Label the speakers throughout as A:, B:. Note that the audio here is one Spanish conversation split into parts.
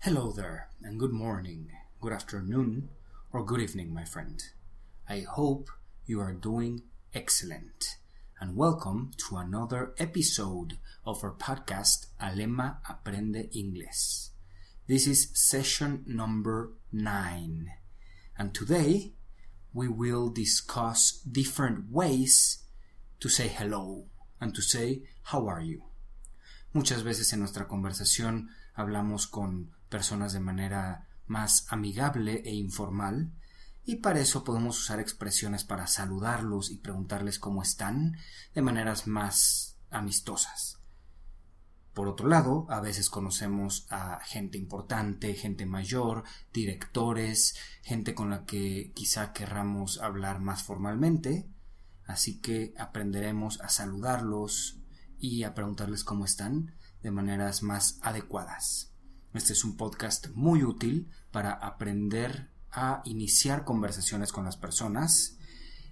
A: Hello there, and good morning, good afternoon, or good evening, my friend. I hope you are doing excellent, and welcome to another episode of our podcast Alema Aprende Inglés. This is session number nine, and today we will discuss different ways to say hello and to say how are you. Muchas veces en nuestra conversación hablamos con personas de manera más amigable e informal y para eso podemos usar expresiones para saludarlos y preguntarles cómo están de maneras más amistosas. Por otro lado, a veces conocemos a gente importante, gente mayor, directores, gente con la que quizá querramos hablar más formalmente, así que aprenderemos a saludarlos y a preguntarles cómo están de maneras más adecuadas. Este es un podcast muy útil para aprender a iniciar conversaciones con las personas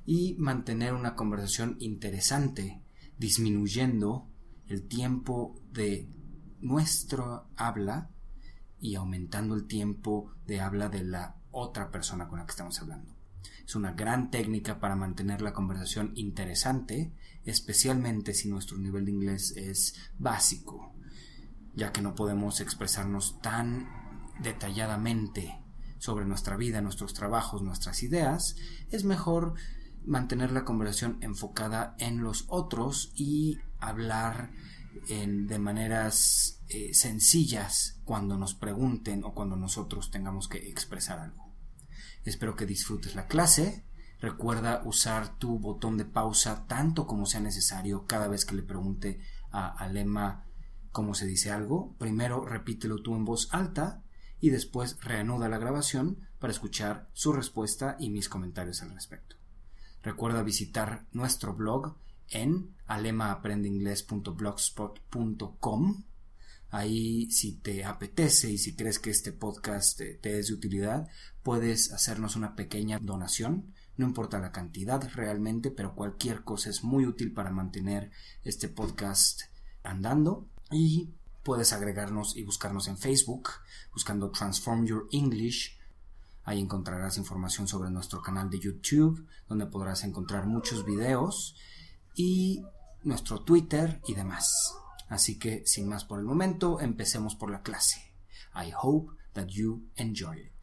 A: y mantener una conversación interesante, disminuyendo el tiempo de nuestra habla y aumentando el tiempo de habla de la otra persona con la que estamos hablando. Es una gran técnica para mantener la conversación interesante, especialmente si nuestro nivel de inglés es básico, ya que no podemos expresarnos tan detalladamente sobre nuestra vida, nuestros trabajos, nuestras ideas, es mejor mantener la conversación enfocada en los otros y hablar en, de maneras eh, sencillas cuando nos pregunten o cuando nosotros tengamos que expresar algo. Espero que disfrutes la clase. Recuerda usar tu botón de pausa tanto como sea necesario cada vez que le pregunte a Alema cómo se dice algo. Primero repítelo tú en voz alta y después reanuda la grabación para escuchar su respuesta y mis comentarios al respecto. Recuerda visitar nuestro blog en alemaaprendeingles.blogspot.com Ahí si te apetece y si crees que este podcast te, te, es de utilidad, puedes hacernos una pequeña donación. No importa la cantidad realmente, pero cualquier cosa es muy útil para mantener este podcast andando. Y puedes agregarnos y buscarnos en Facebook buscando Transform Your English. Ahí encontrarás información sobre nuestro canal de YouTube, donde podrás encontrar muchos videos y nuestro Twitter y demás. Así que, sin más por el momento, empecemos por la clase. I hope that you enjoy it.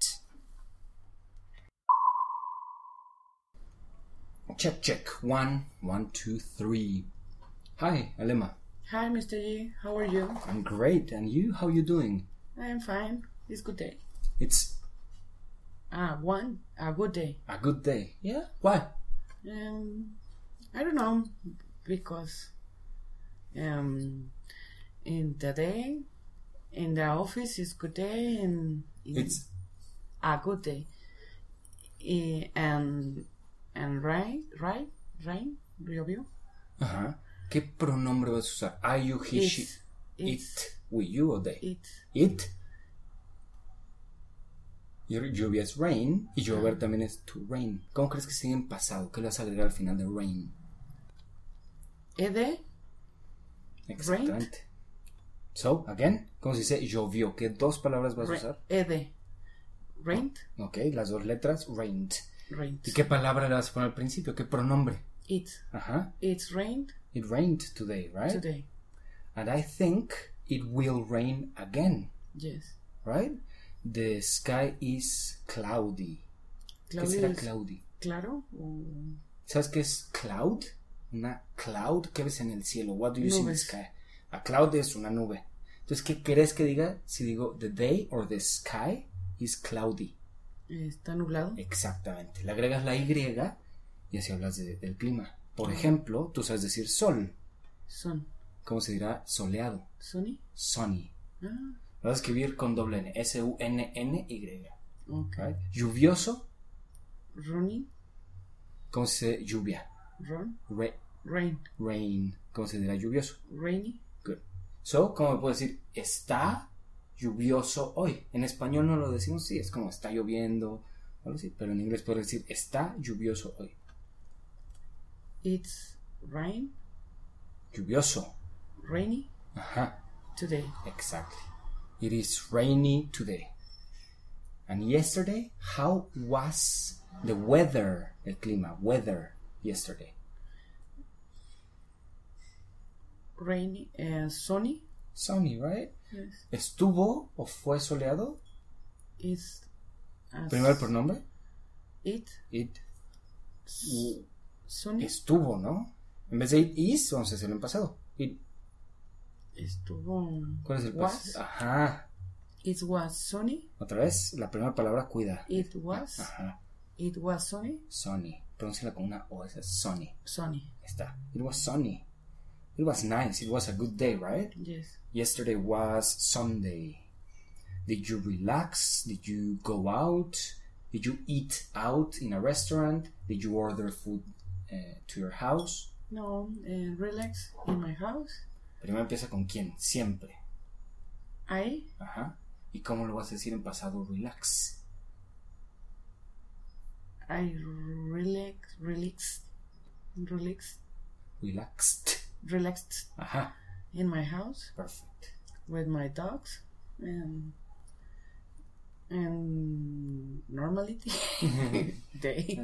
A: Check, check. One, one, two, three. Hi, Alema.
B: Hi, Mr. Yi. How are you?
A: I'm great. And you? How you doing?
B: I'm fine. It's good day.
A: It's
B: Ah, one. A good day.
A: a good day.
B: Yeah.
A: Why?
B: Um, I don't know because um, in the day, in the office is good day and in-
A: It's
B: a good day. Eh, and and right, right, right, Rio View.
A: ajá. uh-huh. ¿Qué pronombre vas a usar? Are you, he, she,
B: It's
A: it,
B: it's
A: we, you or they?
B: it.
A: It. Llo- Lluvia es rain y llover también es to rain. ¿Cómo crees que sigue en pasado? ¿Qué le vas a agregar al final de rain?
B: Ede,
A: Exactamente. So, again, ¿cómo se dice llovió? ¿Qué dos palabras vas a
B: re-
A: usar?
B: ede, rent,
A: Ok, las dos letras, rained.
B: rent.
A: ¿Y qué palabra le vas a poner al principio? ¿Qué pronombre?
B: It
A: Ajá.
B: it's rained
A: It rained today, right?
B: today.
A: And I think it will rain again,
B: Yes.
A: right? The sky is cloudy. ¿Qué
B: Claudio
A: será
B: es
A: cloudy?
B: claro o
A: ¿Sabes qué es cloud? Una cloud. ¿Qué ves en el cielo? What do you see in the
B: Nubes.
A: sky? A cloud es una nube. Entonces, ¿qué crees que diga si digo the day or the sky is cloudy?
B: eh, está nublado.
A: Exactamente. Le agregas la Y y así hablas de- del clima. Por ejemplo, tú sabes decir sol.
B: Son.
A: ¿Cómo se dirá? Soleado.
B: Sony.
A: Sunny.
B: Ah,
A: Lo vas a escribir con doble N. S-U-N-N-Y.
B: ok.
A: right? Lluvioso.
B: Ronnie.
A: ¿Cómo se dice lluvia?
B: Ron.
A: Re-
B: Rain.
A: rain. ¿Cómo se dirá lluvioso?
B: Rainy.
A: Good. So, ¿cómo me puedo decir? Está lluvioso hoy. En español no lo decimos sí, es como está lloviendo, algo así, pero en inglés puedo decir está lluvioso hoy.
B: It's rain.
A: Lluvioso.
B: Rainy
A: Ajá,
B: today.
A: exactly. It is rainy today. And yesterday, how was the weather, el clima, weather yesterday?
B: Rainy, uh, sunny.
A: Sunny, right?
B: Yes.
A: ¿Estuvo o fue soleado?
B: It's as
A: Primer pronombre.
B: it
A: It Uh,
B: sunny.
A: estuvo, ¿no? En vez de it is, vamos a hacerlo en pasado. It,
B: Estuvo.
A: ¿Cuál es el Ah.
B: was.
A: pasado? Ajá.
B: It was sunny.
A: Otra vez, la primera palabra cuida.
B: It was.
A: Ajá.
B: It was sunny.
A: Sunny. Pronunciala con una O, esa es sunny.
B: Sunny.
A: Ahí Está. It was sunny. It was nice. It was a good day, right?
B: Yes.
A: Yesterday was Sunday. Did you relax? Did you go out? Did you eat out in a restaurant? Did you order food eh, to your house?
B: No. Uh, relax in my house.
A: Primero empieza con quién, siempre.
B: I
A: Ajá. ¿Y cómo lo vas a decir en pasado relax?
B: I relax relax relax
A: Relaxed.
B: relaxed
A: Ajá.
B: in my house
A: Perfect.
B: with my dogs and and normality day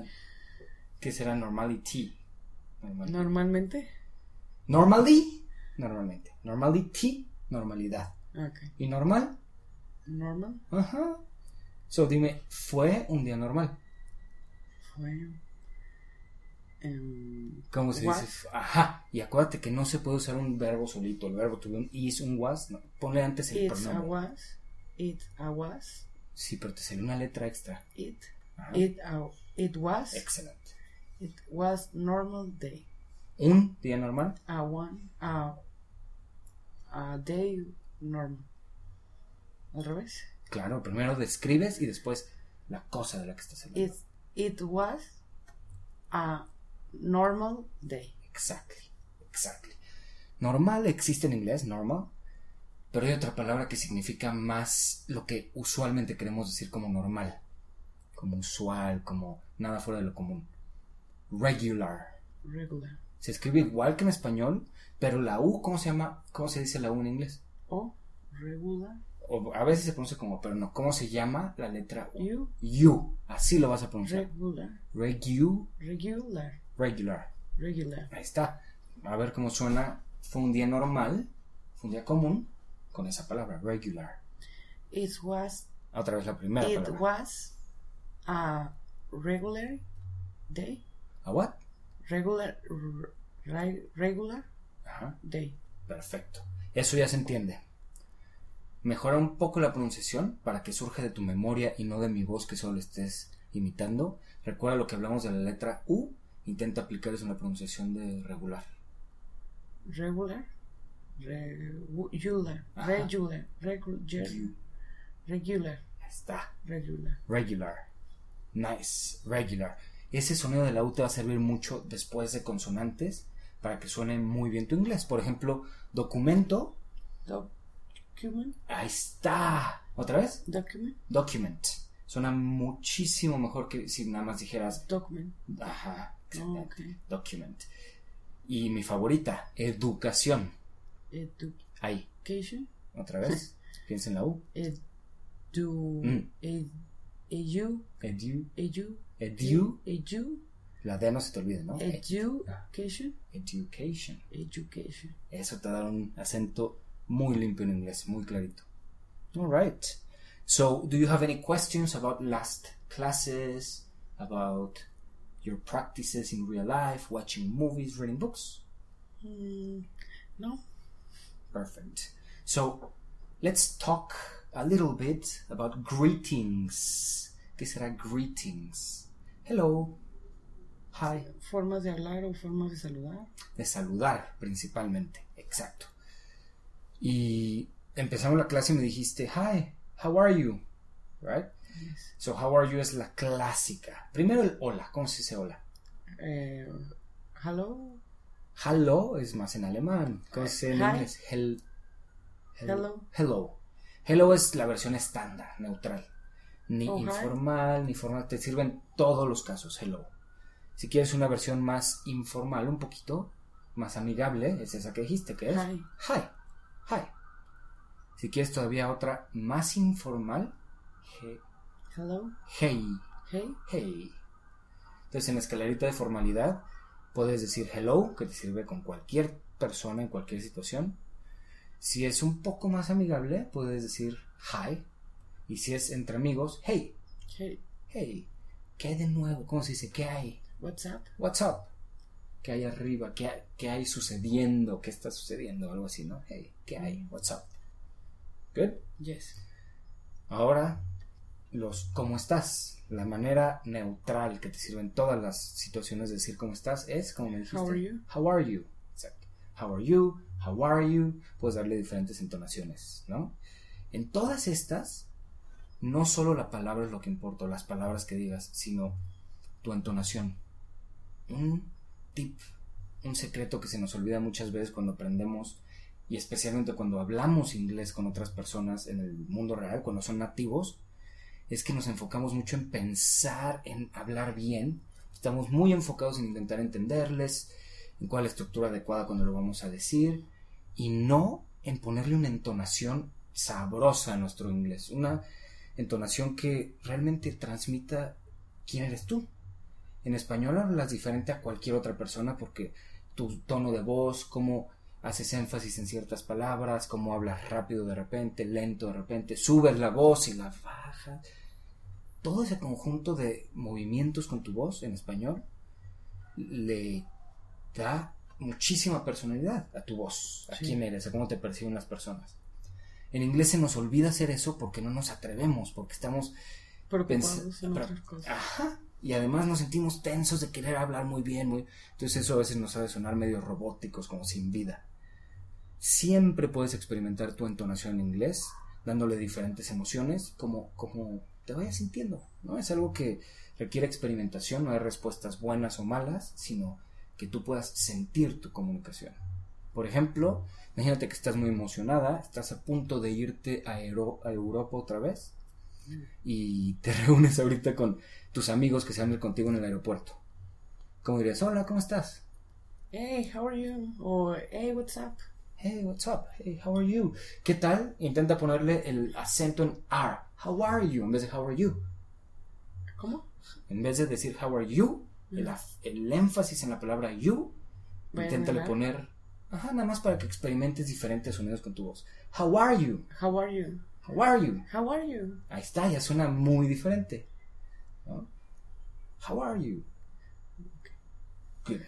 A: ¿Qué será normality? Normal-
B: normalmente
A: Normally. Normalmente. Normality. Normalidad.
B: okay
A: ¿Y normal?
B: normal
A: Ajá. So dime, ¿fue un día normal?
B: fue um,
A: ¿Cómo se
B: Was.
A: dice? Ajá. Y acuérdate que no se puede usar un verbo solito. El verbo tuvo un is, un was. no. Ponle antes el
B: it I
A: pronombre.
B: was it I was
A: Sí, pero te salió una letra extra.
B: it
A: Ajá.
B: it I, it was
A: Excelente.
B: it was normal day
A: ¿Un día normal?
B: a one a a day normal al revés
A: Claro, primero describes y después la cosa de la que estás hablando.
B: it it was a normal day
A: Exactly. Exactly. Normal existe en inglés, normal. Pero hay otra palabra que significa más lo que usualmente queremos decir como normal. Como usual, como nada fuera de lo común. Regular.
B: regular
A: Se escribe igual que en español, pero la U, ¿cómo se llama? ¿Cómo se dice la U en inglés?
B: o regular
A: O a veces se pronuncia como, pero no, ¿cómo se llama la letra U?
B: you
A: U. Así lo vas a pronunciar.
B: regular
A: Regu,
B: regular
A: regular.
B: regular
A: Ahí está. A ver cómo suena. Fue un día normal, fue un día común, con esa palabra, regular.
B: it was
A: Otra vez la primera
B: it
A: palabra.
B: was a regular day
A: ¿A what?
B: regular r- re- regular
A: Ajá,
B: day
A: perfecto. Eso ya se entiende. Mejora un poco la pronunciación para que surja de tu memoria y no de mi voz que solo estés imitando. Recuerda lo que hablamos de la letra U. Intenta aplicar eso en la pronunciación de regular.
B: regular regular
A: Ajá.
B: regular regular
A: You.
B: regular
A: Ya está.
B: regular
A: Regular. Nice. Regular. Ese sonido de la U te va a servir mucho después de consonantes para que suene muy bien tu inglés. Por ejemplo, documento.
B: document
A: Ahí está. ¿Otra vez?
B: document
A: Document. Suena muchísimo mejor que si nada más dijeras.
B: document
A: Ajá.
B: oh,
A: excelente,
B: okay
A: Document. Y mi favorita, educación.
B: education
A: Ahí. ¿Otra vez? Piensa en la U.
B: edu
A: Mm.
B: ed- edu
A: Edu.
B: edu
A: Edu.
B: edu
A: La D no se te olvide, ¿no?
B: education
A: Education.
B: education
A: Eso te da un acento muy limpio en inglés, muy clarito. All right. So, do you have any questions about last classes, about your practices in real life, watching movies, reading books?
B: Mm, no
A: Perfect. So, let's talk a little bit about greetings. ¿Qué será greetings? Hello. Hi.
B: formas de hablar o formas de saludar
A: de saludar principalmente, exacto. Y empezamos la clase y me dijiste, hi, how are you? Right?
B: Yes.
A: So, how are you es la clásica. Primero el hola, ¿cómo se dice hola?
B: Eh, hello
A: Hello es más en alemán. ¿Cómo se dice en
B: Hi.
A: inglés? Hel- hel-
B: Hello.
A: Hello. Hello es la versión estándar, neutral. Ni
B: Oh, hi.
A: informal, ni formal. Te sirven todos los casos, hello. Si quieres una versión más informal, un poquito, más amigable, es esa que dijiste, que es
B: Hi.
A: hi. Hi. Si quieres todavía otra más informal, he-
B: Hello.
A: hey,
B: Hey.
A: hey. Entonces en la escalerita de formalidad puedes decir hello, que te sirve con cualquier persona en cualquier situación. Si es un poco más amigable, puedes decir hi. Y si es entre amigos, hey,
B: Hey.
A: hey. ¿Qué hay de nuevo? ¿Cómo se dice? ¿Qué hay?
B: What's up?
A: What's up? ¿Qué hay arriba? ¿Qué hay, qué hay sucediendo? ¿Qué está sucediendo? Algo así, ¿no? Hey, ¿qué hay? What's up? Good.
B: Yes.
A: Ahora, los cómo estás. La manera neutral que te sirve en todas las situaciones de decir cómo estás es, como me dijiste,
B: How are you?
A: How are you? Exacto. How are you? How are you? Puedes darle diferentes entonaciones, ¿no? En todas estas, no solo la palabra es lo que importa, o las palabras que digas, sino tu entonación. Un tip, un secreto que se nos olvida muchas veces cuando aprendemos y especialmente cuando hablamos inglés con otras personas en el mundo real, cuando son nativos, es que nos enfocamos mucho en pensar, en hablar bien. Estamos muy enfocados en intentar entenderles, en cuál es la estructura adecuada cuando lo vamos a decir, y no en ponerle una entonación sabrosa a nuestro inglés, una entonación que realmente transmita quién eres tú. En español hablas diferente a cualquier otra persona porque tu tono de voz, cómo haces énfasis en ciertas palabras, cómo hablas rápido de repente, lento de repente, subes la voz y la bajas. Todo ese conjunto de movimientos con tu voz en español le da muchísima personalidad a tu voz, a
B: Sí.
A: quién eres, a cómo te perciben las personas. En inglés se nos olvida hacer eso porque no nos atrevemos, porque estamos
B: Preocupados en
A: pero-
B: otras cosas.
A: Ajá. Y además nos sentimos tensos de querer hablar muy bien, muy... Entonces eso a veces nos hace sonar medio robóticos, como sin vida. Siempre puedes experimentar tu entonación en inglés, dándole diferentes emociones, como, como te vayas sintiendo, ¿no? Es algo que requiere experimentación, no hay respuestas buenas o malas, sino que tú puedas sentir tu comunicación. Por ejemplo, imagínate que estás muy emocionada, estás a punto de irte a, Euro- a Europa otra vez y te reúnes ahorita con tus amigos que se van a ir contigo en el aeropuerto. ¿Cómo dirías? Hola, ¿cómo estás?
B: Hey, how are you? Or hey, what's up?
A: Hey, what's up? Hey, how are you? ¿Qué tal? Intenta ponerle el acento en R. How are you? En vez de how are you.
B: ¿Cómo?
A: En vez de decir how are you, el, af- el énfasis en la palabra you,
B: Bueno,
A: inténtale
B: ¿verdad?
A: poner. Ajá, nada más para que experimentes diferentes sonidos con tu voz. How are you?
B: How are you?
A: How are you?
B: How are you?
A: Ahí está, ya suena muy diferente. ¿no? How are you?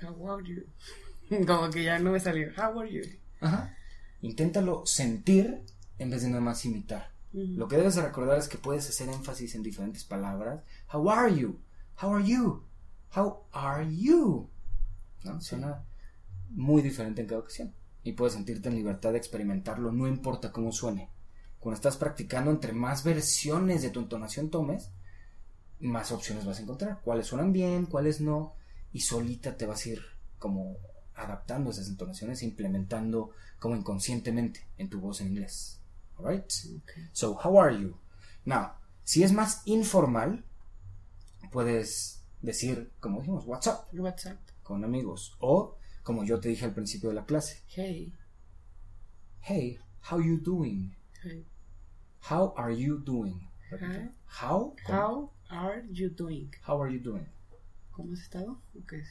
B: How are you? Como que ya no me salió. How are you?
A: Ajá. Inténtalo sentir en vez de nada más imitar.
B: Ujú.
A: Lo que debes de recordar es que puedes hacer énfasis en diferentes palabras. How are you? How are you? How are you? ¿No? Suena muy diferente en cada ocasión. Y puedes sentirte en libertad de experimentarlo, no importa cómo suene. Cuando estás practicando, entre más versiones de tu entonación tomes, más opciones vas a encontrar. Cuáles suenan bien, cuáles no. Y solita te vas a ir como adaptando esas entonaciones, implementando como inconscientemente en tu voz en inglés. Alright?
B: Okay.
A: So, how are you? Now, si es más informal, puedes decir, como dijimos, what's up
B: What's up?
A: con amigos. O, como yo te dije al principio de la clase,
B: Hey.
A: hey, how you doing?
B: Hey.
A: How are you doing?
B: Hi.
A: How? con-
B: How are you doing?
A: How are you doing?
B: ¿Cómo has estado? ¿O qué es?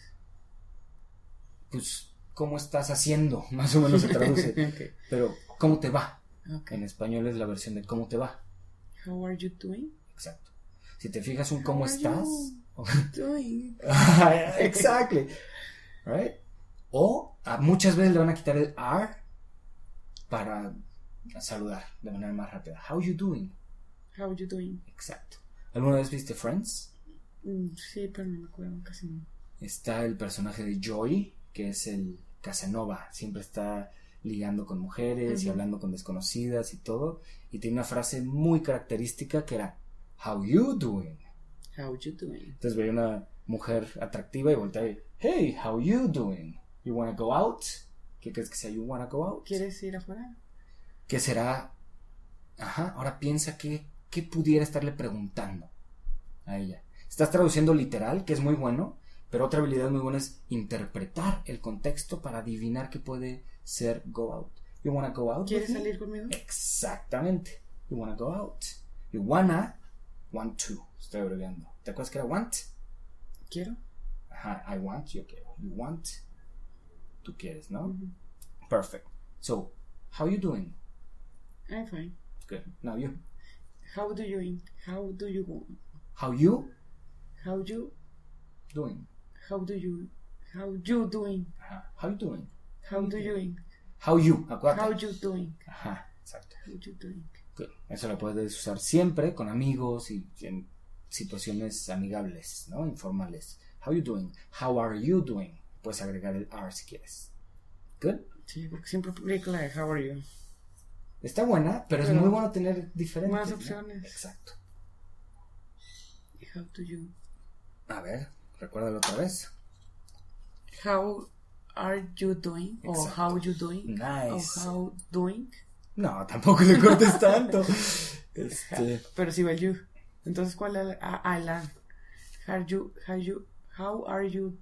A: Pues, ¿cómo estás haciendo? Más o menos se traduce.
B: Ok.
A: Pero, ¿cómo te va?
B: Okay.
A: En español es la versión de ¿cómo te va?
B: How are you doing?
A: Exacto. Si te fijas un
B: How
A: ¿cómo
B: are
A: estás?
B: you? Doing.
A: exactly. Right? O a- muchas veces le van a quitar el R para saludar de manera más rápida. How you doing?
B: How you doing?
A: Exacto. ¿Alguna vez viste Friends?
B: Mm, Sí, pero no me acuerdo casi no.
A: Está el personaje de Joey, que es el Casanova. Siempre está ligando con mujeres y
B: Ujú.
A: hablando con desconocidas y todo. Y tiene una frase muy característica que era How you doing?
B: How you doing?
A: Entonces veía una mujer atractiva y volteaba y, hey, how you doing? You wanna go out? ¿Qué crees que sea you wanna go out?
B: ¿Quieres ir afuera?
A: ¿Qué será? Ajá, ahora piensa que, ¿qué pudiera estarle preguntando a ella? Estás traduciendo literal, que es muy bueno, pero otra habilidad muy buena es interpretar el contexto para adivinar qué puede ser go out. You wanna go out?
B: ¿Quieres
A: with me?
B: salir conmigo?
A: Exactamente. You wanna go out. You wanna. Want to. Estoy abreviando. ¿Te acuerdas que era want?
B: Quiero.
A: Ajá, I want, yo quiero. You want, tú quieres, ¿no? Perfect. So, how you doing?
B: I'm fine.
A: Good. Now you.
B: How do you in? How do you go?
A: How you
B: How you?
A: doing?
B: How do you? How you doing?
A: Ajá. How you doing?
B: How do you in?
A: How you, acuérdate.
B: How you doing?
A: Ajá, exacto.
B: How you doing?
A: Good. Eso lo puedes usar siempre con amigos y en situaciones amigables, ¿no? Informales. How you doing? How are you doing? Puedes agregar el are si quieres. Good.
B: Sí, porque siempre publico la de How are you.
A: Está buena, pero, es
B: Pero
A: muy bueno tener diferentes.
B: más
A: ¿no?
B: opciones.
A: Exacto.
B: How do you?
A: A ver, recuérdalo otra vez.
B: How are you doing? Or
A: Exacto.
B: how you doing?
A: Nice.
B: Or how doing?
A: No, tampoco le cortes tanto. Este,
B: Pero si va el you. Entonces, ¿cuál es la, a- a la- How you, how you, how are you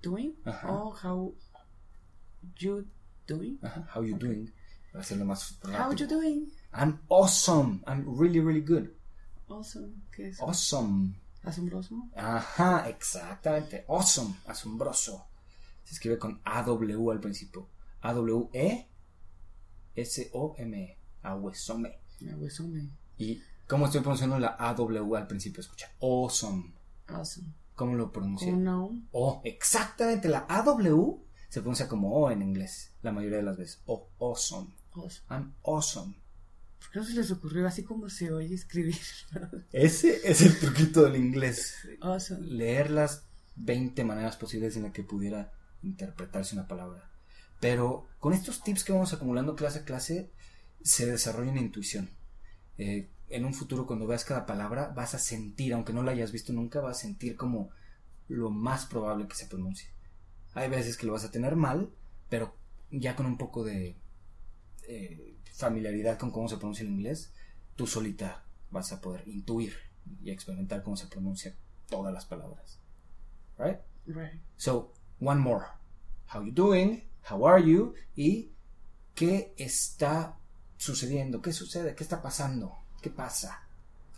B: doing?
A: Ajá.
B: O how you doing?
A: ajá, how you doing? Para hacerlo más rápido.
B: How you doing?
A: I'm awesome. I'm really, really good.
B: Awesome. ¿Qué es?
A: Awesome.
B: Asombroso.
A: Ajá, exactamente. Awesome. Asombroso. Se escribe con AW al principio. E A-W-E S-O-M-E. Awesome.
B: Aguesome.
A: ¿Y E. cómo estoy pronunciando la AW al principio? Escucha. Awesome.
B: Awesome.
A: ¿Cómo lo pronuncié?
B: Con una O.
A: O, exactamente, la AW se pronuncia como O en inglés, la mayoría de las veces. O, awesome.
B: Awesome.
A: I'm awesome.
B: ¿Por pues, qué no se les ocurrió así como se oye escribir?
A: Ese es el truquito del inglés.
B: awesome.
A: Leer las 20 maneras posibles en las que pudiera interpretarse una palabra. Pero con estos tips que vamos acumulando clase a clase, se desarrolla una intuición. Eh, en un futuro, cuando veas cada palabra, vas a sentir, aunque no la hayas visto nunca, vas a sentir como lo más probable que se pronuncie. Hay veces que lo vas a tener mal, pero ya con un poco de eh, familiaridad con cómo se pronuncia el inglés, tú solita vas a poder intuir y experimentar cómo se pronuncia todas las palabras. Right?
B: Right.
A: So, one more. How you doing? How are you? Y qué está sucediendo? ¿Qué sucede? ¿Qué está pasando? ¿Qué pasa?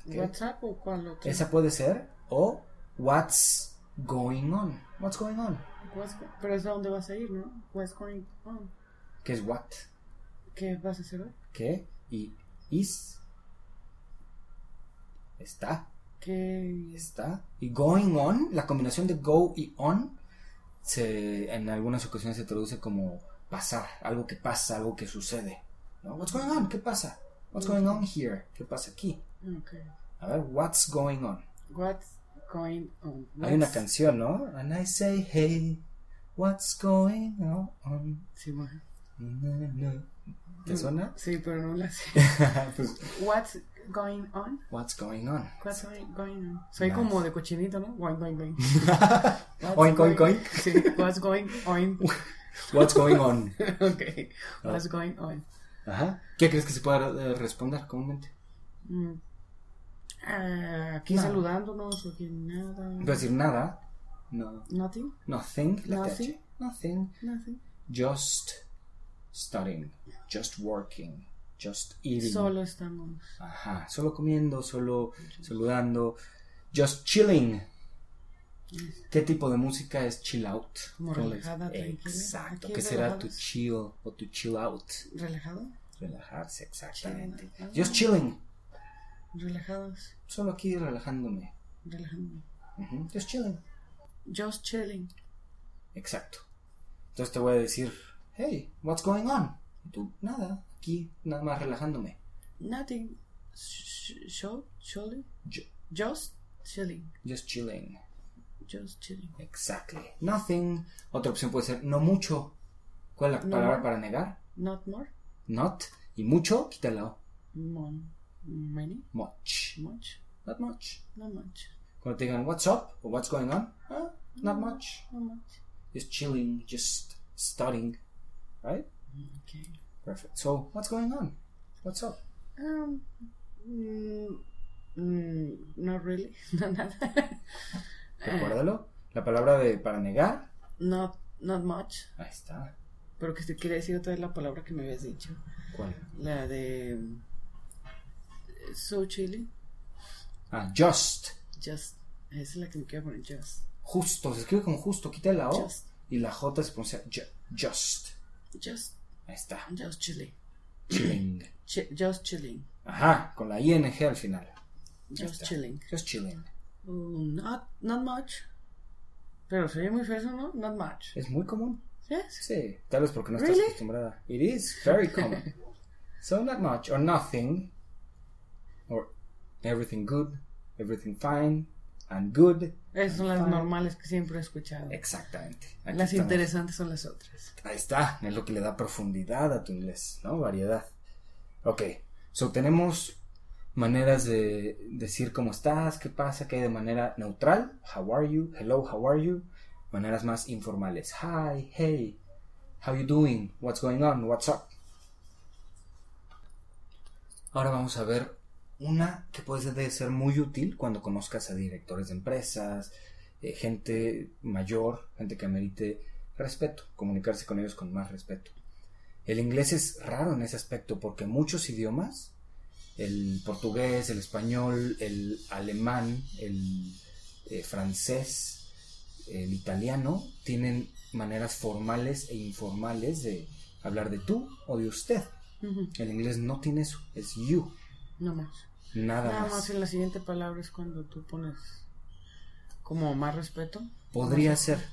A: ¿Qué?
B: ¿WhatsApp o cuál otro?
A: Esa puede ser o what's going on? What's going on?
B: What's go- Pero es a dónde vas a ir, ¿no? What's going on?
A: ¿Qué es what?
B: ¿Qué vas a hacer hoy?
A: ¿Qué? Y is está
B: ¿Qué
A: está y going on, la combinación de go y on se en algunas ocasiones se traduce como pasar, algo que pasa, algo que sucede. ¿no? What's going on? ¿Qué pasa? What's going on here? ¿Qué pasa aquí?
B: Okay.
A: A ver, what's going on?
B: Mm, What's going on?
A: Hay una
B: What's-
A: canción, ¿no? And I say, hey, what's going on?
B: Sí, bueno.
A: Na, na, na. ¿Te suena?
B: Sí, pero no la sé.
A: Pues,
B: What's going on?
A: what's going on?
B: What's going on? Soy
A: Nice.
B: como de cochinito, ¿no? Going, going, going. What's
A: Oink, oink,
B: going-
A: oink.
B: Sí, what's going on?
A: What's going on?
B: ok. What's going on?
A: Ajá. ¿Qué crees que se pueda eh, responder comúnmente?
B: Mm. Ah, aquí
A: No.
B: saludándonos, porque nada.
A: No decir nada. No.
B: Nothing,
A: Nothing. la
B: Nothing.
A: TH. Nothing.
B: nothing.
A: Just studying. Just working. Just eating.
B: Solo estamos.
A: Ajá. Solo comiendo, solo saludando. Just chilling. ¿Qué tipo de música es chill out?
B: Como
A: ¿Cómo le-
B: relajada, tranquila.
A: Exacto.
B: Aquí
A: ¿Qué será tu
B: relajados.
A: chill o tu chill out?
B: ¿Relajado?
A: Relajarse, exactamente.
B: Chill out.
A: Just chilling.
B: Relajados.
A: Solo aquí relajándome.
B: Relajando.
A: Ujú, Just chilling.
B: Just chilling.
A: Exacto. Entonces te voy a decir, hey, what's going on? Y tú, nada, aquí, nada más relajándome.
B: Nothing. Sh- Show, surely.
A: Ju-
B: Just chilling.
A: Just chilling.
B: Just chilling.
A: Exactly. Nothing. Otra opción puede ser no mucho. ¿Cuál es la
B: No.
A: palabra para negar?
B: Not more.
A: Not. Y mucho, quítalo.
B: Mon. Many.
A: Much.
B: Much.
A: Not much.
B: Not much.
A: Cuando te digan, what's up? O what's going on? "Ah, not much.
B: Not much.
A: Just chilling, just studying. Right?
B: Okay.
A: Perfect. So, what's going on? What's up?
B: Um. Mm, mm, not really. No nada.
A: Recuérdalo. La palabra de para negar.
B: Eh, Not. Not much.
A: Ahí está.
B: Pero que te quería decir otra vez la palabra que me habías dicho.
A: ¿Cuál?
B: La de. eh, So chilly.
A: Ah, just.
B: Just. Esa es la que me quiero poner. Just.
A: Justo, se escribe como justo. Quita la O
B: Just.
A: y la J se pronuncia ju- just.
B: Just.
A: Ahí está.
B: Just chilly.
A: Chilling.
B: Chi- just chilling.
A: Ajá, con la ING al final.
B: Just
A: está.
B: chilling.
A: Just chilling.
B: Mm, not, not much. Pero se oye muy feo, eso, ¿no? Not much.
A: Es muy común.
B: Yes.
A: Sí, tal vez porque no estás
B: Really?
A: acostumbrada. It is very common. so not much or nothing or everything good, everything fine and good.
B: Esas son las
A: Fine.
B: normales que siempre he escuchado.
A: Exactamente. Aquí
B: Las
A: estamos.
B: interesantes son las otras.
A: Ahí está, es lo que le da profundidad a tu inglés, ¿no? Variedad. Ok, so tenemos maneras de decir cómo estás, qué pasa, que hay de manera neutral, how are you, hello, how are you, maneras más informales, hi, hey, how you doing, what's going on, what's up. Ahora vamos a ver una que puede ser muy útil cuando conozcas a directores de empresas, eh, gente mayor, gente que merite respeto, comunicarse con ellos con más respeto. El inglés es raro en ese aspecto porque muchos idiomas, el portugués, el español, el alemán, el eh, francés, el italiano, tienen maneras formales e informales de hablar de tú o de usted.
B: Ujú,
A: El inglés no tiene eso, es you,
B: No más.
A: nada,
B: Nada
A: más.
B: más en la siguiente palabra es cuando tú pones como más respeto.
A: Podría ser.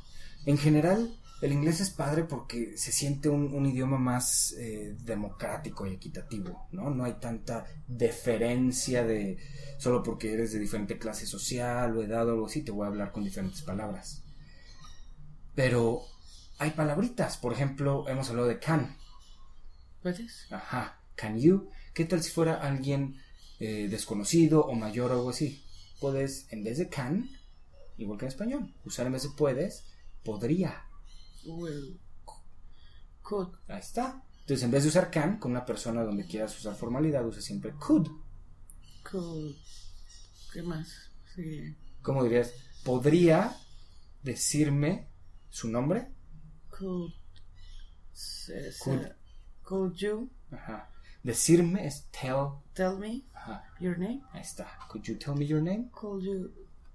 A: En general, el inglés es padre porque se siente un, un idioma más eh, democrático y equitativo, ¿no? No hay tanta deferencia de solo porque eres de diferente clase social o edad o algo así, te voy a hablar con diferentes palabras. Pero hay palabritas, por ejemplo, hemos hablado de can,
B: ¿Puedes?
A: ajá, can you, ¿qué tal si fuera alguien eh, desconocido o mayor o algo así? Puedes, en vez de can, igual que en español, usar en vez de puedes, podría,
B: Will. Could.
A: Ahí está. Entonces, en vez de usar can con una persona donde quieras usar formalidad, usa siempre could.
B: Could. ¿Qué más? Sí.
A: ¿Cómo dirías? ¿Podría decirme su nombre?
B: Could. se- se-
A: Could.
B: could you
A: Ajá. Decirme es tell.
B: tell me
A: Ajá.
B: your name?
A: Ahí está. Could you tell me your name?
B: Could you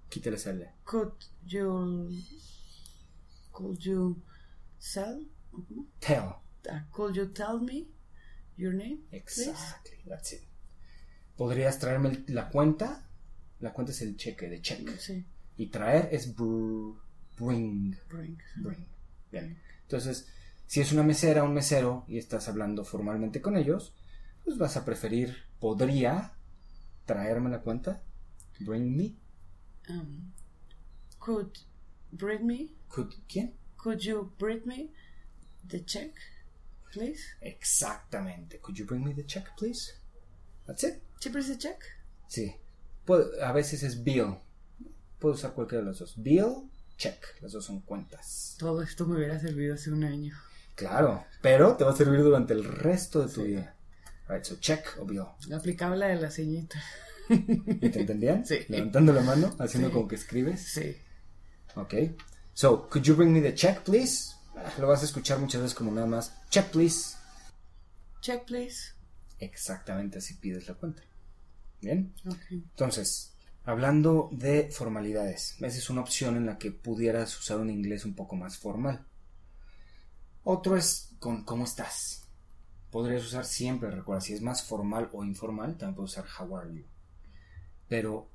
A: Quítale esa L.
B: Could you could you sell? Mhm.
A: Tell.
B: Uh, could you tell me your name? please?
A: Exactly. That's it. ¿Podrías traerme el- la cuenta? La cuenta es el cheque, de check.
B: Sí,
A: Y traer es br- bring.
B: bring.
A: Bring. Bien. Entonces, si es una mesera, un mesero, y estás hablando formalmente con ellos, pues vas a preferir, podría traerme la cuenta, bring me,
B: Um, could bring me?
A: could, ¿quién?
B: Could you bring me the check, please?
A: Exactamente, could you bring me the check, please? That's it.
B: Cheaper is the check?
A: Sí. Pu- a veces es bill. Puedo usar cualquiera de los dos. Bill, check. Las dos son cuentas.
B: Todo esto me hubiera servido hace un año.
A: Claro, pero te va a servir durante el resto de tu
B: Sí.
A: vida. Right, so check o bill.
B: Aplicaba la de la ceñita.
A: ¿Y te entendían?
B: Sí.
A: Levantando la mano, haciendo
B: Sí.
A: como que escribes.
B: Sí.
A: Ok. So, could you bring me the check, please? Ah, Lo vas a escuchar muchas veces como nada más. Check, please.
B: Check, please.
A: Exactamente así pides la cuenta. Bien.
B: Okay.
A: Entonces, hablando de formalidades, esa es una opción en la que pudieras usar un inglés un poco más formal. Otro es con cómo estás. Podrías usar siempre, recuerda, si es más formal o informal, también puedes usar how are you. Pero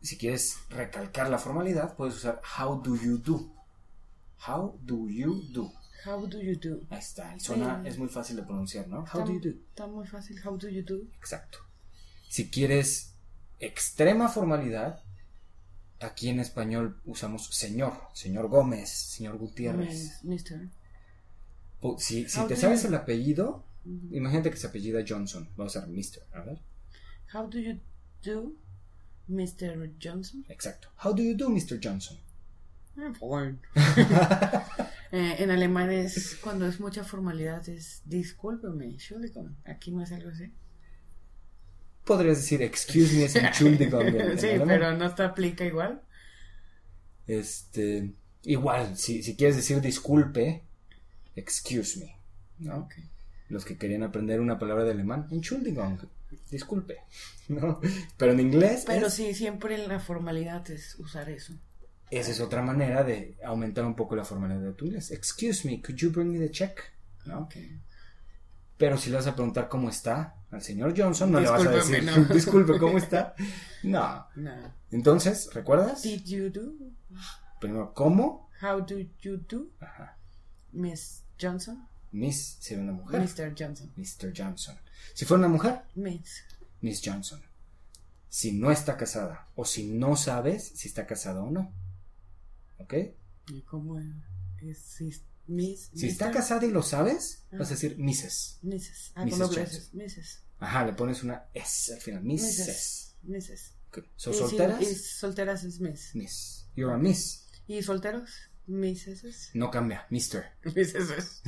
A: si quieres recalcar la formalidad, puedes usar how do you do. How do you do.
B: How do you do?
A: Ahí está. Y suena,
B: Sí.
A: es muy fácil de pronunciar, ¿no? How do you do.
B: Está muy fácil. How do you do?
A: Exacto. Si quieres extrema formalidad, aquí en español usamos señor, señor Gómez, señor Gutiérrez.
B: Mister.
A: Po- Si, si
B: How
A: te
B: do
A: sabes
B: you-
A: el apellido,
B: Mhm.
A: imagínate que se apellida Johnson. Vamos a usar Mr. A ver.
B: How do you do, Mr. Johnson?
A: Exacto. How do you do, Mr. Johnson? Ah,
B: I'm fine. Eh, en alemán es cuando es mucha formalidad es discúlpeme, Entschuldigung. Aquí no es algo así.
A: Podrías decir, excuse me, es Entschuldigung. en- en
B: sí,
A: alemán.
B: pero no te aplica igual.
A: Este, igual, si, si quieres decir disculpe, excuse me, ¿no?
B: Ok.
A: Los que querían aprender una palabra de alemán, Entschuldigung, disculpe, ¿no? Pero en inglés,
B: Pero
A: es-
B: sí, siempre en la formalidad es usar eso.
A: esa es otra manera de aumentar un poco la formalidad de tu inglés. Excuse me, could you bring me the check? ¿No?
B: Ok.
A: Pero si le vas a preguntar cómo está al señor Johnson, no le vas a decir,
B: Discúlpeme, no.
A: disculpe, ¿cómo está? No.
B: No.
A: Entonces, ¿recuerdas?
B: Did you do?
A: Primero, ¿cómo?
B: How do you do,
A: Ajá.
B: Miss Johnson?
A: Miss sería una mujer.
B: Mr. Johnson.
A: Mr. Johnson. Si fuera una mujer,
B: Miss.
A: Miss Johnson. Si no está casada o si no sabes si está casada o no. ¿Ok?
B: ¿Y ¿Cómo es? Si- Miss.
A: Si está
B: Mr.
A: casada y lo sabes,
B: Ah.
A: vas a decir Mrs.
B: Mrs. Ah,
A: Mrs.
B: con doble
A: Johnson.
B: S. Mrs.
A: Ajá, le pones una S al final. Mrs.
B: Mrs. Mrs.
A: Ok. So,
B: Y si-
A: solteras,
B: Y solteras es Miss.
A: Miss. You're a Miss.
B: ¿Y solteros? Mrs.
A: No cambia, Mister.
B: Mrs.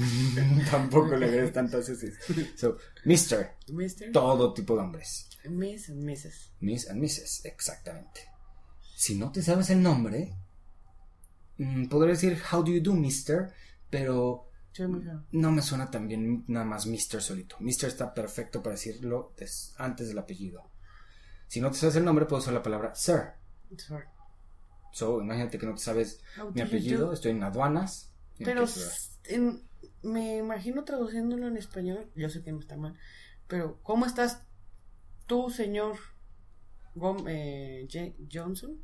A: Tampoco le agregues tantas S. So, Mister.
B: Mr.
A: Todo tipo de hombres.
B: Miss and Mrs.
A: Miss and Mrs. Exactamente. Si no te sabes el nombre, mm, podría decir How do you do, Mister, pero
B: Soy mujer.
A: no me suena tan bien nada más Mister solito. Mister está perfecto para decirlo des- antes del apellido. Si no te sabes el nombre, puedo usar la palabra Sir.
B: Sorry.
A: So, imagínate que no te sabes
B: How
A: mi
B: do you
A: apellido,
B: do?
A: estoy en aduanas. y
B: Pero
A: empiezo a-
B: s- en- me imagino traduciéndolo en español. Yo sé que no está mal. Pero, ¿cómo estás tú, señor Gom- eh, Je- Johnson?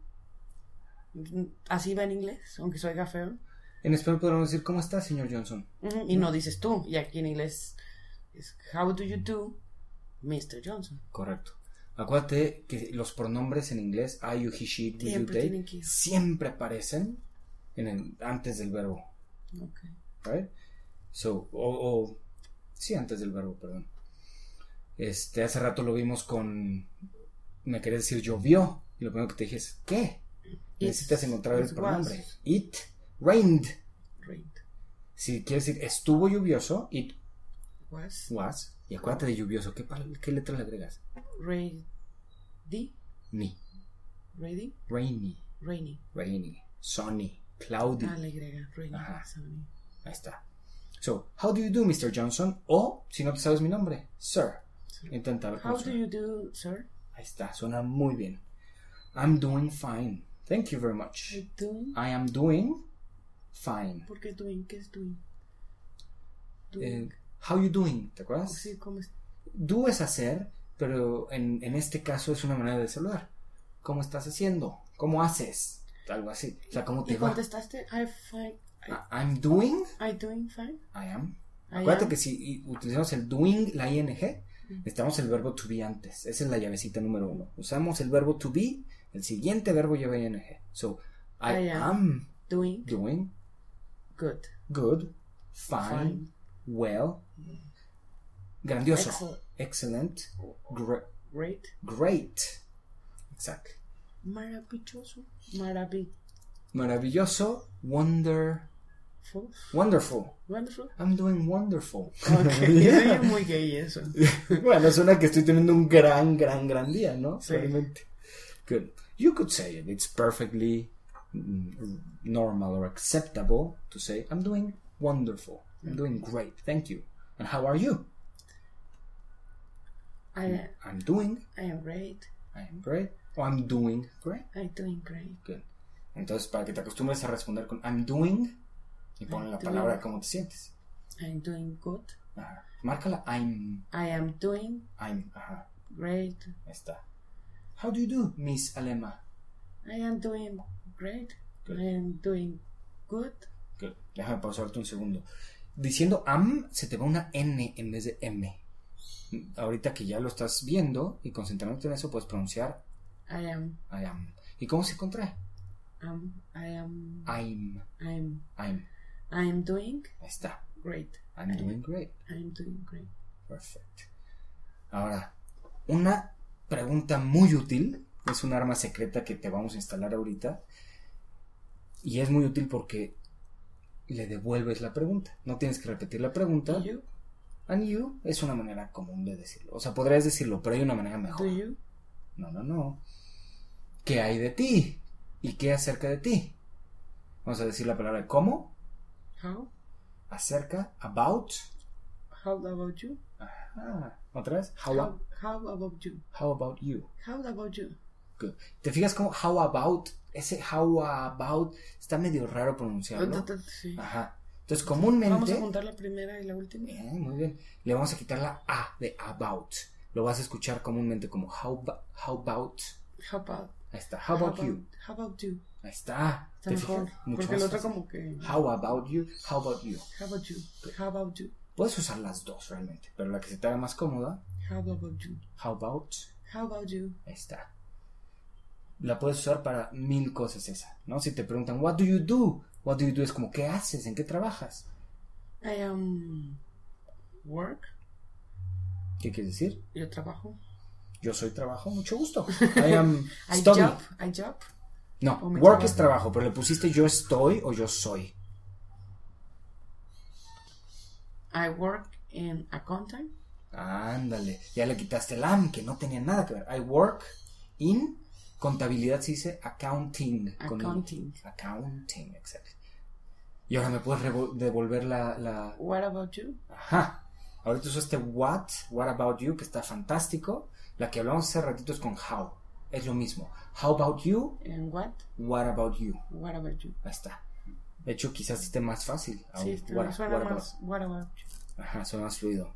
B: Así va en inglés, aunque soy feo.
A: En español podríamos decir, ¿cómo está, señor Johnson?
B: Ujú, Y no dices tú. Y aquí en inglés es How do you do, Mr. Johnson?
A: Correcto. Acuérdate que los pronombres en inglés, I, you, he, she, do, you,
B: Siempre
A: they,
B: tienen que ir.
A: siempre aparecen en el- antes del verbo,
B: Okay.
A: right? So, o, o- sí, antes del verbo, perdón. Este, hace rato lo vimos con, me quería decir llovió, y lo primero que te dije es, ¿qué? Necesitas
B: It's-
A: encontrar el
B: it's
A: pronombre.
B: was
A: It rained.
B: rained.
A: Si quieres decir estuvo lluvioso, it
B: Was
A: was. Y acuérdate de lluvioso, ¿qué, pal- qué letra le agregas?
B: ready,
A: Ni.
B: ready,
A: Rainy.
B: rainy.
A: rainy, sunny, cloudy.
B: Ah, la Y, rainy.
A: Ajá.
B: sunny.
A: Ahí está. So, how do you do, Mr. Johnson? O, si no te sabes mi nombre, sir. Intenta ver cómo
B: How do
A: suena.
B: you do, sir?
A: Ahí está, suena muy bien. I'm doing fine. Thank you very much.
B: Doing.
A: I am doing fine.
B: ¿Por qué doing? ¿Qué es doing?
A: Eh,
B: Doing.
A: how you doing? ¿Te acuerdas?
B: Oh, sí, ¿cómo es?
A: Do es hacer, pero en, en este caso es una manera de saludar. ¿Cómo estás haciendo? ¿Cómo haces? Algo así. O sea, ¿cómo
B: ¿Y
A: te va?
B: contestaste? I fine.
A: I- I'm doing,
B: I doing fine.
A: I am
B: I
A: Acuérdate
B: am. Mm.
A: que si utilizamos el doing, la ing, necesitamos el verbo to be antes. Esa es la llavecita número uno. Usamos el verbo to be, el siguiente verbo lleva ing. So, I,
B: I
A: am.
B: am. doing
A: doing
B: good.
A: good, fine,
B: Fine.
A: well, grandioso,
B: Excellent.
A: excellent, gre-
B: Great.
A: great. Exacto.
B: Maravilloso. Maravilloso.
A: Maravilloso, wonder, wonderful.
B: Wonderful.
A: I'm doing wonderful.
B: Okay.
A: Yeah.
B: Soy muy gay eso.
A: Bueno, suena que estoy teniendo un gran, gran, gran día, ¿no?
B: Sí.
A: Realmente. Good. You could say it. It's perfectly mm, normal or acceptable to say, I'm doing wonderful.
B: Mm.
A: I'm doing great. Thank you. And how are you?
B: I,
A: I'm doing.
B: I am great.
A: I am great. O I'm doing great.
B: I doing great.
A: Good. Entonces, para que te acostumbres a responder con I'm doing y pon
B: I'm
A: la
B: doing.
A: palabra de cómo te sientes.
B: I'm doing good.
A: Ajá. Márcala I'm.
B: I am doing
A: I'm. Ajá.
B: great.
A: Ahí está. How do you do, Miss Alema?
B: I am doing great.
A: Good.
B: I am doing good.
A: Good. Déjame pausarte un segundo. Diciendo am, se te va una N en vez de M. Ahorita que ya lo estás viendo y concentrándote en eso, puedes pronunciar
B: I am
A: I am. ¿Y cómo se contrae?
B: am I am
A: Ah. I'm.
B: I'm
A: I'm.
B: I'm doing
A: Ahí está.
B: great.
A: I'm doing great.
B: I'm doing great.
A: Perfect. Ahora, una pregunta muy útil. Es un arma secreta que te vamos a instalar ahorita. Y es muy útil porque le devuelves la pregunta. No tienes que repetir la pregunta.
B: Do you?
A: And you es una manera común de decirlo. O sea, podrías decirlo, pero hay una manera
B: Do
A: mejor.
B: you?
A: No, no, no. ¿Qué hay de ti? ¿Y qué acerca de ti? Vamos a decir la palabra cómo,
B: How?
A: acerca, about.
B: How about you?
A: Ajá. Otra vez. How,
B: How, how about you?
A: how about you?
B: How about you?
A: Good. ¿Te fijas cómo how about? Ese how about está medio raro pronunciarlo.
B: Sí.
A: Ajá. Entonces,
B: Vamos
A: comúnmente.
B: a juntar la primera y la última.
A: Eh, muy bien. Le vamos a quitar la A de about. Lo vas a escuchar comúnmente como how, ba- how about.
B: How about,
A: Ahí está. How about you.
B: How about you?
A: Ahí está.
B: Está
A: ¿Te
B: mejor.
A: fijas? Mucho
B: porque
A: más
B: el otro
A: fácil.
B: como que...
A: How about you. How about you.
B: How about you? How about you?
A: Puedes usar las dos realmente, pero la que se te haga más cómoda.
B: How about you?
A: How about.
B: How about you?
A: Ahí está. La puedes usar para mil cosas esa, ¿no? Si te preguntan, what do you do? What do you do es como, ¿qué haces? ¿En qué trabajas?
B: I am work.
A: ¿Qué quieres decir?
B: Yo trabajo.
A: Yo soy trabajo, mucho gusto. I am
B: I
A: Stubby.
B: job. Oh, I job.
A: No,
B: O mi
A: work
B: trabajo.
A: es trabajo, pero le pusiste yo estoy o yo soy.
B: I work in accounting.
A: Ándale, ya le quitaste el am, que no tenía nada que ver. I work in contabilidad, se dice accounting. con i.
B: Accounting.
A: accounting, exacto. Y ahora me puedes revo- devolver la, la-
B: What about you?
A: Ajá. Ahorita usaste what, what about you, que está fantástico. La que hablamos hace ratito es con how. Es lo mismo. How about you,
B: And what?
A: what about you.
B: What about you?
A: Ahí está. De hecho, quizás esté más fácil.
B: Sí,
A: aún.
B: está-
A: What-
B: suena
A: what about-
B: más. What about you?
A: Ajá, suena más fluido.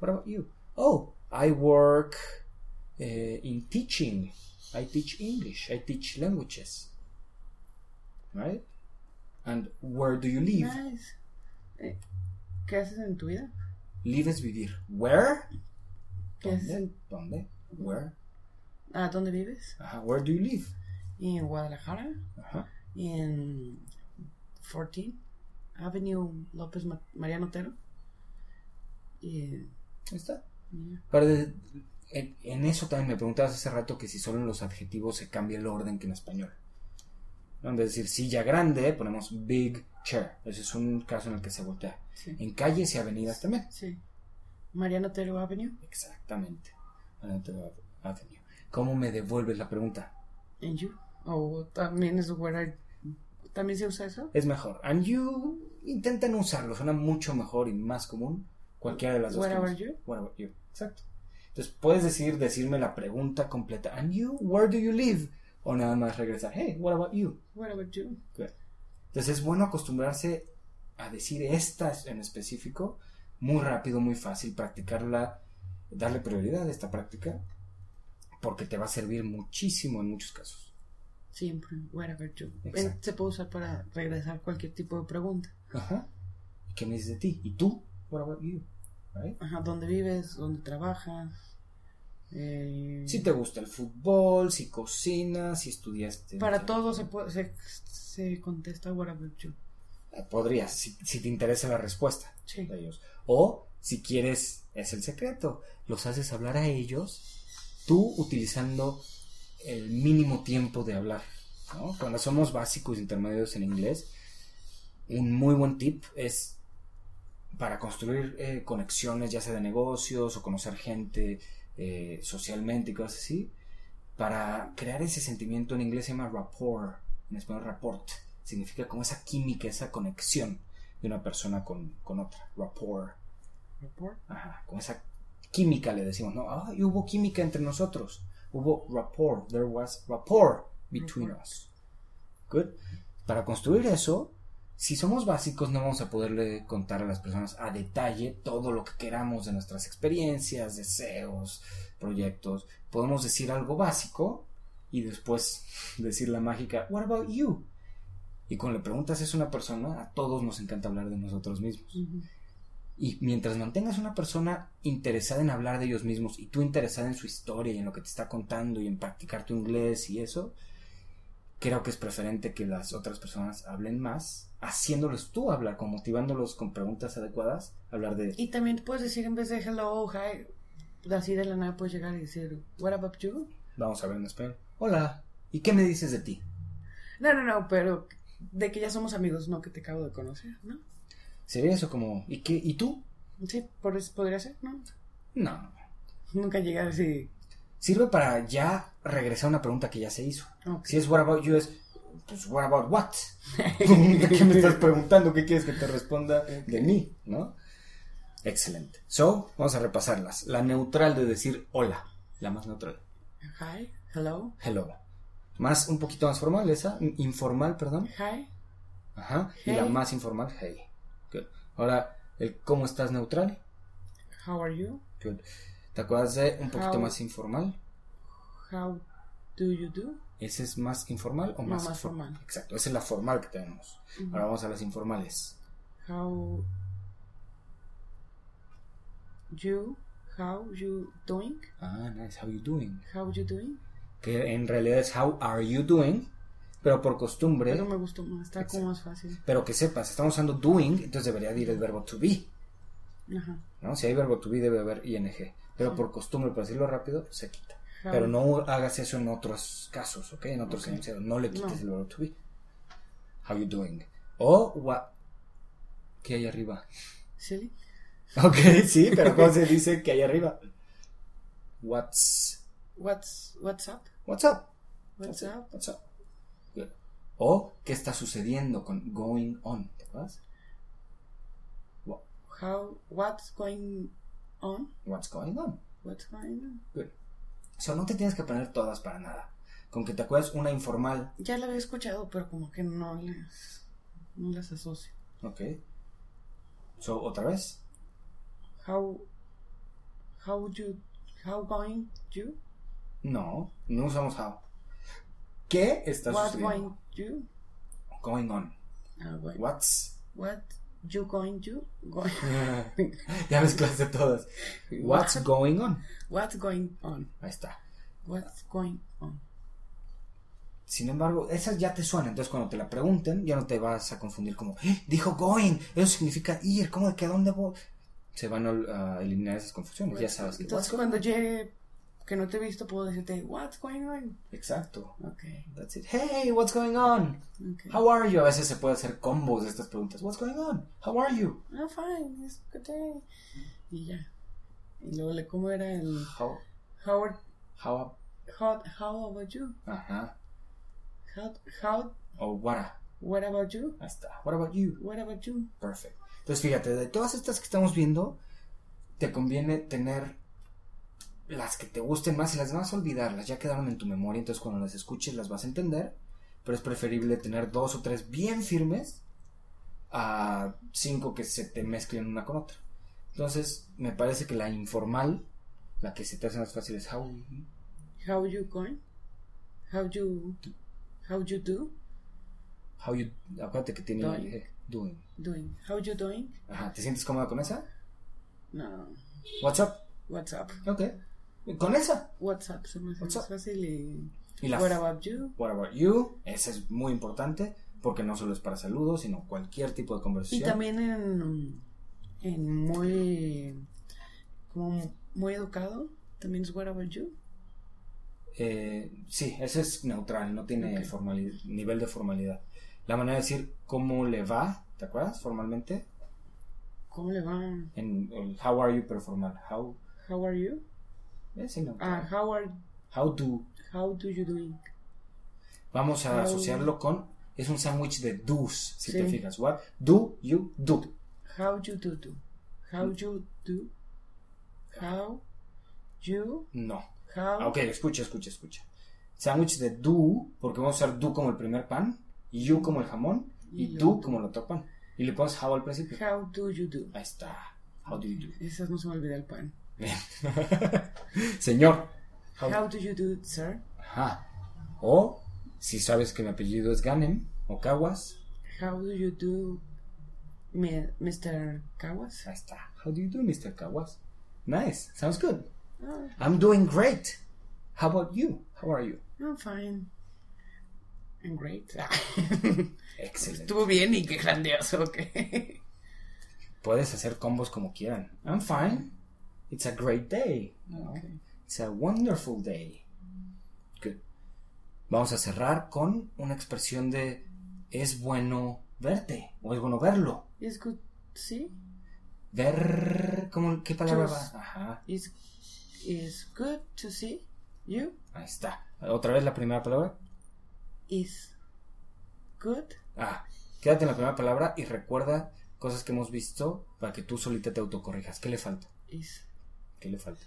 A: What about you? Oh, I work eh, in teaching. I teach English. I teach languages. Right? And where do you live?
B: Nice. Eh, ¿Qué haces en tu vida?
A: Live es vivir. Where?
B: ¿Qué haces en-
A: ¿Dónde? Where?
B: ¿A dónde vives?
A: Ajá, where do you live?
B: Y en Guadalajara.
A: Ajá.
B: Y en 14 Avenue López Ma- Mariano Otero. Y
A: Ahí está.
B: mira,
A: Pero de- en, en eso también me preguntabas hace rato que si solo en los adjetivos se cambia el orden que en español. ¿No? En vez de decir silla grande, ponemos big chair. Ese es un caso en el que se voltea.
B: sí.
A: En calles y avenidas también.
B: Sí. Mariano Otero Avenue
A: Exactamente. Adelante, Avenue. ¿Cómo me devuelves la pregunta?
B: en You. O también es where I- ¿También se usa eso?
A: Es mejor. And you intentan usarlo. Suena mucho mejor y más común. Cualquiera de las dos.
B: Where
A: que
B: are
A: nos-
B: you?
A: Where are you? Exacto. Entonces puedes decidir decirme la pregunta completa. And you, where do you live? O nada más regresar. Hey, what about you?
B: What about you?
A: Entonces es bueno acostumbrarse a decir estas en específico muy rápido, muy fácil, practicarla, darle prioridad a esta práctica, porque te va a servir muchísimo en muchos casos.
B: Siempre, what about you? Eh,
A: Exacto.
B: Se puede usar para regresar cualquier tipo de pregunta.
A: Ajá. ¿Y qué me dices de ti? ¿Y tú? What about you? Right?
B: Ajá, ¿dónde vives? ¿Dónde trabajas? Eh,
A: Si te gusta el fútbol, si cocinas, si estudiaste.
B: para todo se, puede, se, se contesta what about you.
A: Eh, Podrías, si, si te interesa la respuesta.
B: Sí.
A: de ellos. O si quieres, es el secreto, los haces hablar a ellos, tú utilizando el mínimo tiempo de hablar. ¿no? Cuando somos básicos intermedios en inglés, un muy buen tip es para construir eh, conexiones, ya sea de negocios o conocer gente eh, socialmente y cosas así, para crear ese sentimiento en inglés se llama rapport, en español rapport, significa como esa química, esa conexión de una persona con, con otra, rapport,
B: Report.
A: Ajá, con esa química le decimos, ¿no? Ah, y hubo química entre nosotros, hubo rapport, there was rapport between
B: Rapport.
A: us. Good. Para construir eso, si somos básicos no vamos a poderle contar a las personas a detalle todo lo que queramos de nuestras experiencias, deseos, proyectos. Podemos decir algo básico y después decir la mágica, what about you? Y cuando le preguntas eso a una persona, a todos nos encanta hablar de nosotros mismos.
B: Ujú.
A: Y mientras mantengas una persona interesada en hablar de ellos mismos y tú interesada en su historia y en lo que te está contando y en practicar tu inglés y eso, creo que es preferente que las otras personas hablen más, haciéndolos tú hablar, con motivándolos con preguntas adecuadas, hablar de
B: Y también puedes decir en vez de hello, hi, así de la nada puedes llegar y decir what about you.
A: vamos a ver en español. Hola, ¿y qué me dices de ti?
B: No, no, no, pero de que ya somos amigos, no que te acabo de conocer, ¿no?
A: Sería eso como ¿y qué y tú?
B: Sí, por eso podría ser, ¿no?
A: No.
B: Nunca llegar así.
A: Sirve para ya regresar a una pregunta que ya se hizo.
B: ok.
A: Si es what about you es pues, what about what? ¿De qué me estás preguntando? ¿Qué quieres que te responda de mí? ¿No? Excelente. So, vamos a repasarlas. La neutral de decir hola, la más neutral.
B: Hi, hello,
A: Hello. Más, un poquito más formal, esa, informal, perdón.
B: hi,
A: Ajá. Y la
B: Hey.
A: más informal, hey. Good. Ahora, el cómo estás neutral.
B: how are you?
A: Good. ¿Te acuerdas de un poquito
B: How-
A: más informal?
B: How do you do?
A: ¿Ese es más informal o
B: No,
A: más,
B: más
A: for-
B: formal.
A: Exacto, esa es la formal que tenemos.
B: Ujú.
A: Ahora vamos a las informales.
B: How you how you doing?
A: Ah, nice. How you doing?
B: How you doing?
A: Que en realidad es how are you doing, pero por costumbre,
B: Pero me gustó más, está como más fácil.
A: pero que sepas, estamos usando doing, entonces debería de ir el verbo to be,
B: Ajá.
A: ¿no? Si hay verbo to be debe haber ing, pero por costumbre, para decirlo rápido, se quita.
B: How-
A: Pero no hagas eso en otros casos, ¿ok? En otros
B: Ah. Ok.
A: enunciados, no le quites
B: No.
A: el verbo to be. How you doing? O what... ¿Qué hay arriba?
B: Silly.
A: Ok, sí, pero ¿cómo se dice que hay arriba? What's...
B: What's what's up?
A: What's up?
B: What's up?
A: What's up? Good. O qué está sucediendo con going on, ¿te acuerdas? Wha-
B: How what's going on?
A: What's going on?
B: What's going on?
A: Good. So, no te tienes que aprender todas para nada. Con que te acuerdes una informal,
B: Ya la había escuchado, pero como que no las no las asocio.
A: ¿ok? So, otra vez.
B: How how you how going you?
A: No, no usamos how. ¿Qué está
B: What
A: sucediendo?
B: going you?
A: Going on.
B: Ah, bueno.
A: What's...
B: What you going to? Going,
A: ya mezclaste todas. What's going on?
B: what's going on?
A: Ahí está.
B: What's going on?
A: Sin embargo, esas ya te suenan. Entonces, cuando te la pregunten, ya no te vas a confundir como, "¡Eh! dijo going, eso significa ir, ¿cómo de que a dónde voy? Se van a, a eliminar esas confusiones, ya sabes que.
B: Entonces
A: "What's
B: cuando llegue que no te he visto puedo decirte what's going on.
A: go-" Exacto.
B: Ok,
A: That's it. Hey, what's going on?
B: ok.
A: How are you? A veces se puede hacer combos de estas preguntas. What's going on? How are you?
B: Ah, fine, it's good day. Y ya. Y luego le cómo era el
A: How,
B: how are-
A: how,
B: how how about you?
A: ajá.
B: How how
A: O what, a-
B: what about you?
A: ahí está. What about you?
B: What about you?
A: Perfecto. Entonces, fíjate, de todas estas que estamos viendo, te conviene tener las que te gusten más y las demás olvidarlas. Ya quedaron en tu memoria, entonces cuando las escuches las vas a entender. Pero es preferible tener dos o tres bien firmes a cinco que se te mezclen una con otra. Entonces, me parece que la informal, la que se te hace más fácil es how.
B: How you going? How you how you do?
A: how you, acuérdate que tiene
B: Doing.
A: eh, doing.
B: Doing. How you doing?
A: Ajá, ¿te sientes cómoda con esa?
B: No.
A: What's up?
B: What's up?
A: Ok. Con esa.
B: What's up se me hace
A: What's
B: más
A: up?
B: fácil y
A: Y la
B: What about you?
A: What about you? Ese es muy importante porque no solo es para saludos, sino cualquier tipo de
B: Y
A: conversación.
B: también en, en muy como muy educado, también es what about you.
A: Eh, sí, ese es neutral, no tiene
B: Ok.
A: formali- nivel de formalidad. La manera de decir cómo le va, ¿te acuerdas? Formalmente,
B: ¿Cómo le va?
A: en el how are you, pero formal. How,
B: How are you?
A: ese neutral.
B: Ah, how are
A: How do.
B: how do you doing?
A: Vamos a
B: How-
A: asociarlo con. Es un sándwich de do's, si te
B: Sí.
A: fijas. What do you do?
B: How you do do? How you do? How you
A: No. Ah,
B: how
A: Ok, escucha, escucha, escucha. Sándwich de do, porque vamos a usar do como el primer pan, you como el jamón y
B: Y
A: do
B: luego-
A: como el otro pan. Y le pones how al principio.
B: how do you do?
A: Ahí está. How do you do?
B: Esas no se me olvida el pan.
A: Bien. Señor. How-
B: How do you do, sir?
A: Ajá. O si sabes que mi apellido es Ganem o Caguas,
B: How do you do, mi- Mr. Kawas?
A: ahí está. How do you do, Mr. Caguas? Nice. Sounds good.
B: Ah,
A: I'm doing great. How about you? How are you?
B: I'm fine. I'm great.
A: Excelente.
B: Estuvo bien y qué grandioso, ok.
A: Puedes hacer combos como quieran. I'm fine. It's a great day. ¿no?
B: Ok.
A: It's a wonderful day. Good. Vamos a cerrar con una expresión de es bueno verte o es bueno verlo.
B: It's good, sí.
A: Ver, ¿cómo, ¿qué palabra va?
B: Chus.
A: Ajá,
B: It's, it's good to see you.
A: ahí está. Otra vez la primera palabra.
B: Is good.
A: Ah, quédate en la primera palabra y recuerda cosas que hemos visto para que tú solita te autocorrijas. ¿Qué le falta?
B: Is,
A: ¿Qué le falta?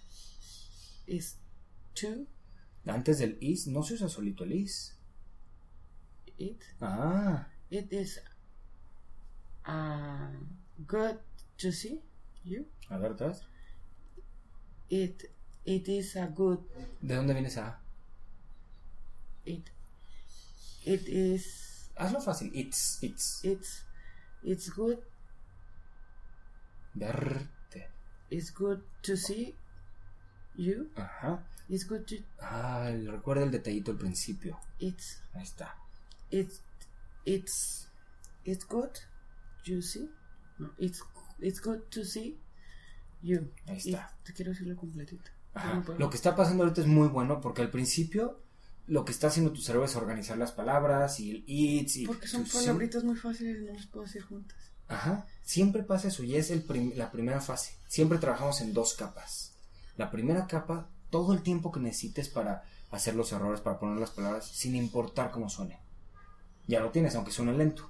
B: is to
A: Antes del is no se usa solito el is.
B: it.
A: Ah,
B: It is uh, good to see you.
A: a ver otra vez.
B: It it is a good
A: ¿De dónde Ah, viene esa? A?
B: it it is
A: Hazlo fácil. It's, it's.
B: it's it's good
A: Verte.
B: it's good to see you.
A: Ajá.
B: It's good to
A: Ah, recuerda el detallito al principio.
B: it's
A: Ahí está.
B: it's it's it's good you see. No, it's it's good to see you.
A: Ahí está.
B: It- te quiero decirlo completito.
A: Ajá.
B: No puedo.
A: Lo que está pasando ahorita es muy bueno porque al principio lo que está haciendo tu cerebro es organizar las palabras y el it's y
B: Porque son
A: to see.
B: palabritas muy fáciles, no las puedo decir juntas.
A: Ajá. Siempre pasa eso y es el prim- la primera fase. Siempre trabajamos en dos capas. La primera capa, todo el tiempo que necesites para hacer los errores, para poner las palabras, sin importar cómo suene. Ya lo tienes, aunque suene lento.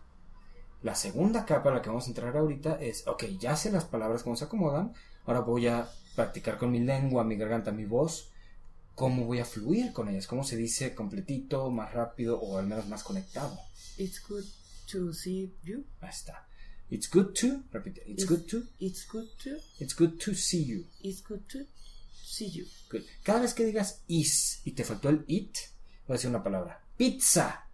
A: La segunda capa a la que vamos a entrar ahorita es, ok, ya sé las palabras cómo se acomodan, ahora voy a practicar con mi lengua, mi garganta, mi voz, cómo voy a fluir con ellas, cómo se dice completito, más rápido o al menos más conectado.
B: It's good to see you.
A: Ahí está. It's good to, repite, it's
B: It's-
A: good to
B: It's good to.
A: It's good to see you.
B: It's good to see you.
A: Good. Cada vez que digas is y te faltó el it, voy a decir una palabra. Pizza.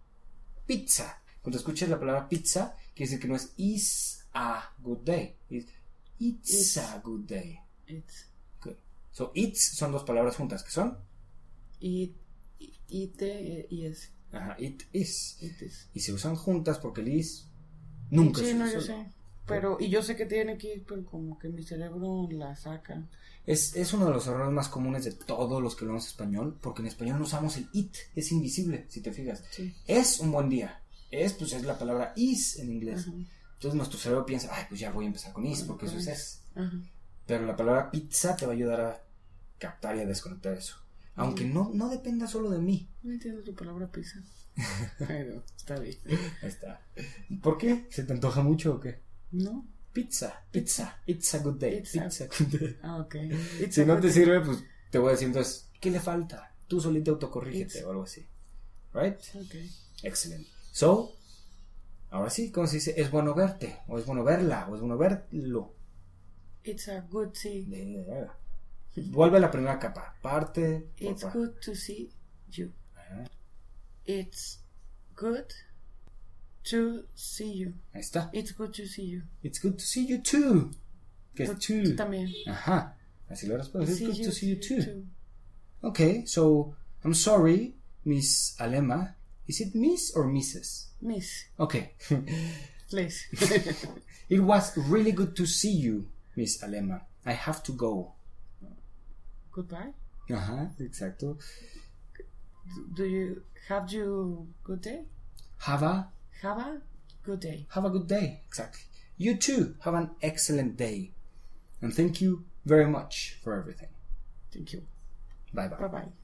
A: Pizza. Cuando escuches la palabra pizza, quiere decir que no es is a good day. It's, it's a good day.
B: It's
A: Good. So it's son dos palabras juntas, que son
B: it it eh, yes
A: ajá, it is.
B: it is.
A: Y se usan juntas porque el is nunca
B: Sí,
A: se
B: no,
A: usa.
B: yo sé. Pero y yo sé que tiene que ir, pero como que mi cerebro la saca.
A: Es, es uno de los errores más comunes de todos los que hablamos español, porque en español no usamos el it, es invisible, si te fijas.
B: Sí.
A: es un buen día. Es, pues es la palabra is en inglés.
B: Ajá.
A: Entonces nuestro cerebro piensa, ay, pues ya voy a empezar con is, porque eso es es.
B: Ajá.
A: Pero la palabra pizza te va a ayudar a captar y a desconectar eso. Aunque no, no dependa solo de mí.
B: No entiendo tu palabra pizza. pero está bien.
A: Ahí está. ¿Por qué? ¿Se te antoja mucho o qué?
B: No.
A: Pizza, pizza, it's a good day.
B: Pizza.
A: Pizza, good day.
B: Ah, okay. It's
A: Si
B: a
A: no
B: good-
A: te sirve, pues te voy a decir entonces, ¿qué le falta? Tú solita autocorrígete
B: It's-
A: o algo así. Right?
B: Okay.
A: Excelente. So, ahora sí, ¿cómo se dice? Es bueno verte, o es bueno verla, o es bueno verlo.
B: It's a good see.
A: De- Vuelve a la primera capa. Parte. por
B: It's
A: parte.
B: good to see you.
A: Ajá,
B: It's good to see you.
A: Ahí está.
B: It's good to see you.
A: It's good to see you too. Que es
B: Tú-
A: too.
B: tú también.
A: Ajá. Así lo respondo. Oh, It's
B: See
A: good
B: you
A: to see you too.
B: too.
A: Okay, so I'm sorry, Miss Alema. Is it Miss or Mrs.?
B: Miss,
A: Okay.
B: please.
A: it was really good to see you, Miss Alema. I have to go.
B: Goodbye.
A: Ajá, exacto.
B: Do you have you good day?
A: Have a
B: Have a good day.
A: Have a good day. Exactly. You too. Have an excellent day. And thank you very much for everything.
B: Thank you.
A: Bye bye.
B: Bye bye.